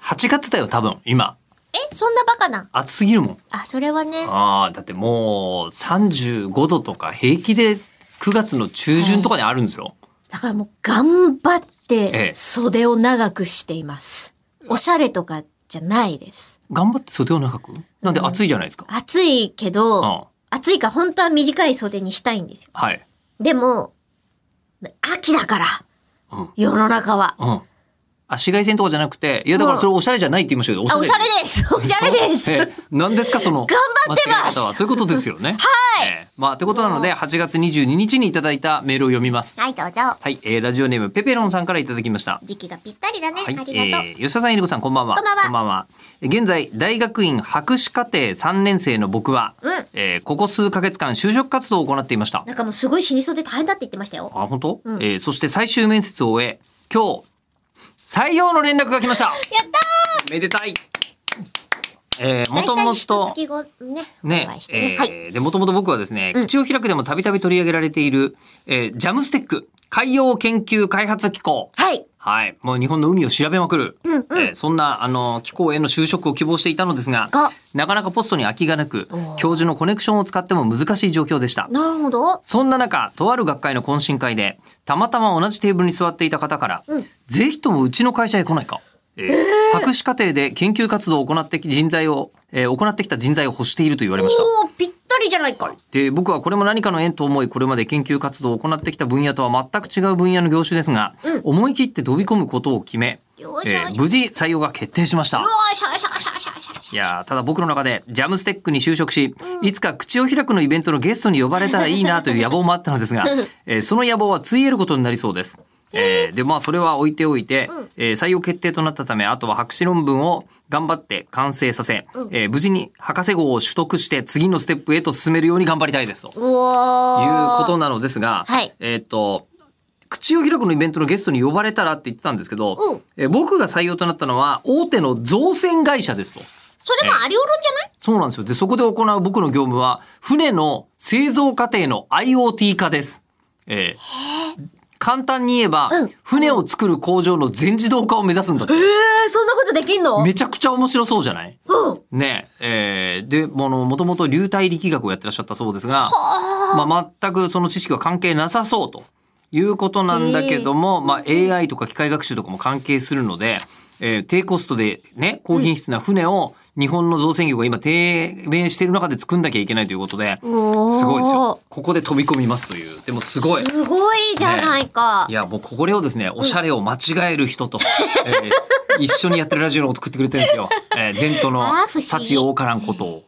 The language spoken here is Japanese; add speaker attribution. Speaker 1: 8月だよ、多分、今。
Speaker 2: え、そんなバカな。
Speaker 1: 暑すぎるもん。
Speaker 2: あ、それはね。
Speaker 1: ああ、だってもう35度とか平気で9月の中旬とかにあるんですよ。
Speaker 2: だからもう頑張っ
Speaker 1: え
Speaker 2: て
Speaker 1: え
Speaker 2: 袖を長くしています。おしゃれとかじゃないです。
Speaker 1: 頑張って袖を長くなんで暑いじゃないですか。
Speaker 2: 暑いけ
Speaker 1: うん。
Speaker 2: ど、暑いから本当は短い袖にしたいんですよ。
Speaker 1: はい。
Speaker 2: でも、秋だから、
Speaker 1: うん
Speaker 2: 世の中は。
Speaker 1: うん。あ、紫外線とかじゃなくて、いやだからそれおしゃれじゃないって言いましたけど、お
Speaker 2: あ、おしゃれ ですおしゃれです
Speaker 1: ええ何ですかその
Speaker 2: 頑張ってます
Speaker 1: 間違え方はそういうことですよ ねはい、ええまあということなので8月22日にいただいたメールを読みます
Speaker 2: はい、どうぞ。
Speaker 1: はい、えー、ラジオネームペペロンさんからいただきました
Speaker 2: 時期がぴったりだね。
Speaker 1: はい、
Speaker 2: ありがとう。
Speaker 1: えー吉田さん、ゆりこさん、こんばんは。
Speaker 2: こんばんは
Speaker 1: 現在、大学院博士課程3年生の僕は、
Speaker 2: うん
Speaker 1: えーここ数ヶ月間就職活動を行っていました。
Speaker 2: なんかもうすごい死にそうで大変だって言ってましたよ。
Speaker 1: あ、本当、
Speaker 2: うん
Speaker 1: えーそして最終面接を終え、今日、採用の連絡が来ま した。やっためでたい。えー、もともと
Speaker 2: 大体一、月後にね、お
Speaker 1: ね
Speaker 2: 会いし、てね。
Speaker 1: え
Speaker 2: はい。
Speaker 1: ーで、もともと僕はですね、口を開くでもたびたび取り上げられている、えージャムステック、海洋研究開発機構。
Speaker 2: はい。
Speaker 1: はい。もう日本の海を調べまくる。
Speaker 2: うんうん
Speaker 1: えーそんな、あの、機構への就職を希望していたのですが
Speaker 2: が、
Speaker 1: なかなかポストに空きがなく
Speaker 2: ー、
Speaker 1: 教授のコネクションを使っても難しい状況でした。
Speaker 2: なるほど。
Speaker 1: そんな中、とある学会の懇親会で、たまたま同じテーブルに座っていた方から、
Speaker 2: うん
Speaker 1: ぜひともうちの会社へ来ないか。えー博士課程で研究活動を行ってき人材を、えー行ってきた人材を欲していると言われました。
Speaker 2: おお、ぴったりじゃないか。
Speaker 1: で僕はこれも何かの縁と思いこれまで研究活動を行ってきた分野とは全く違う分野の業種ですが、
Speaker 2: うん
Speaker 1: 思い切って飛び込むことを決め、え
Speaker 2: よいしょよいしょ
Speaker 1: ー無事採用が決定しました
Speaker 2: よーしよしよしよしよしよし。
Speaker 1: いやーただ僕の中でジャムステックに就職し、いつか口を開くのイベントのゲストに呼ばれたらいいなという野望もあったの ですが、えーその野望はついえることになりそうです。えーでまあそれは置いておいて、
Speaker 2: うん
Speaker 1: えー採用決定となったためあとは博士論文を頑張って完成させ、
Speaker 2: うん
Speaker 1: えー無事に博士号を取得して次のステップへと進めるように頑張りたいですと。
Speaker 2: うおー。
Speaker 1: いうことなのですが、
Speaker 2: はい
Speaker 1: えーっと、口を開くのイベントのゲストに呼ばれたらって言ってたんですけど、
Speaker 2: うん
Speaker 1: えー僕が採用となったのは大手の造船会社ですと。
Speaker 2: それもありおるんじゃない
Speaker 1: そうなんですよ。で、そこで行う僕の業務は、船の製造過程の IoT 化です。えー簡単に言えば、
Speaker 2: うん
Speaker 1: 船を作る工場の全自動化を目指すんだって。
Speaker 2: えー、そんなことできんの
Speaker 1: めちゃくちゃ面白そうじゃない
Speaker 2: うん。
Speaker 1: ねええーでものもともと流体力学をやってらっしゃったそうですが、まあ、全くその知識は関係なさそうということなんだけども、まあ、AI とか機械学習とかも関係するので、えー低コストで、ね、高品質な船を日本の造船業が今低迷している中で作んなきゃいけないということで、す
Speaker 2: おー
Speaker 1: ごいですよ。ここで飛び込みますという。でもすごい。
Speaker 2: すごいじゃないか。
Speaker 1: いや、もうこれをですね、おしゃれを間違える人と、えー一緒にやってるラジオのこと食ってくれてるんですよ。えー、前途の
Speaker 2: あー不思議
Speaker 1: 幸多からんことを。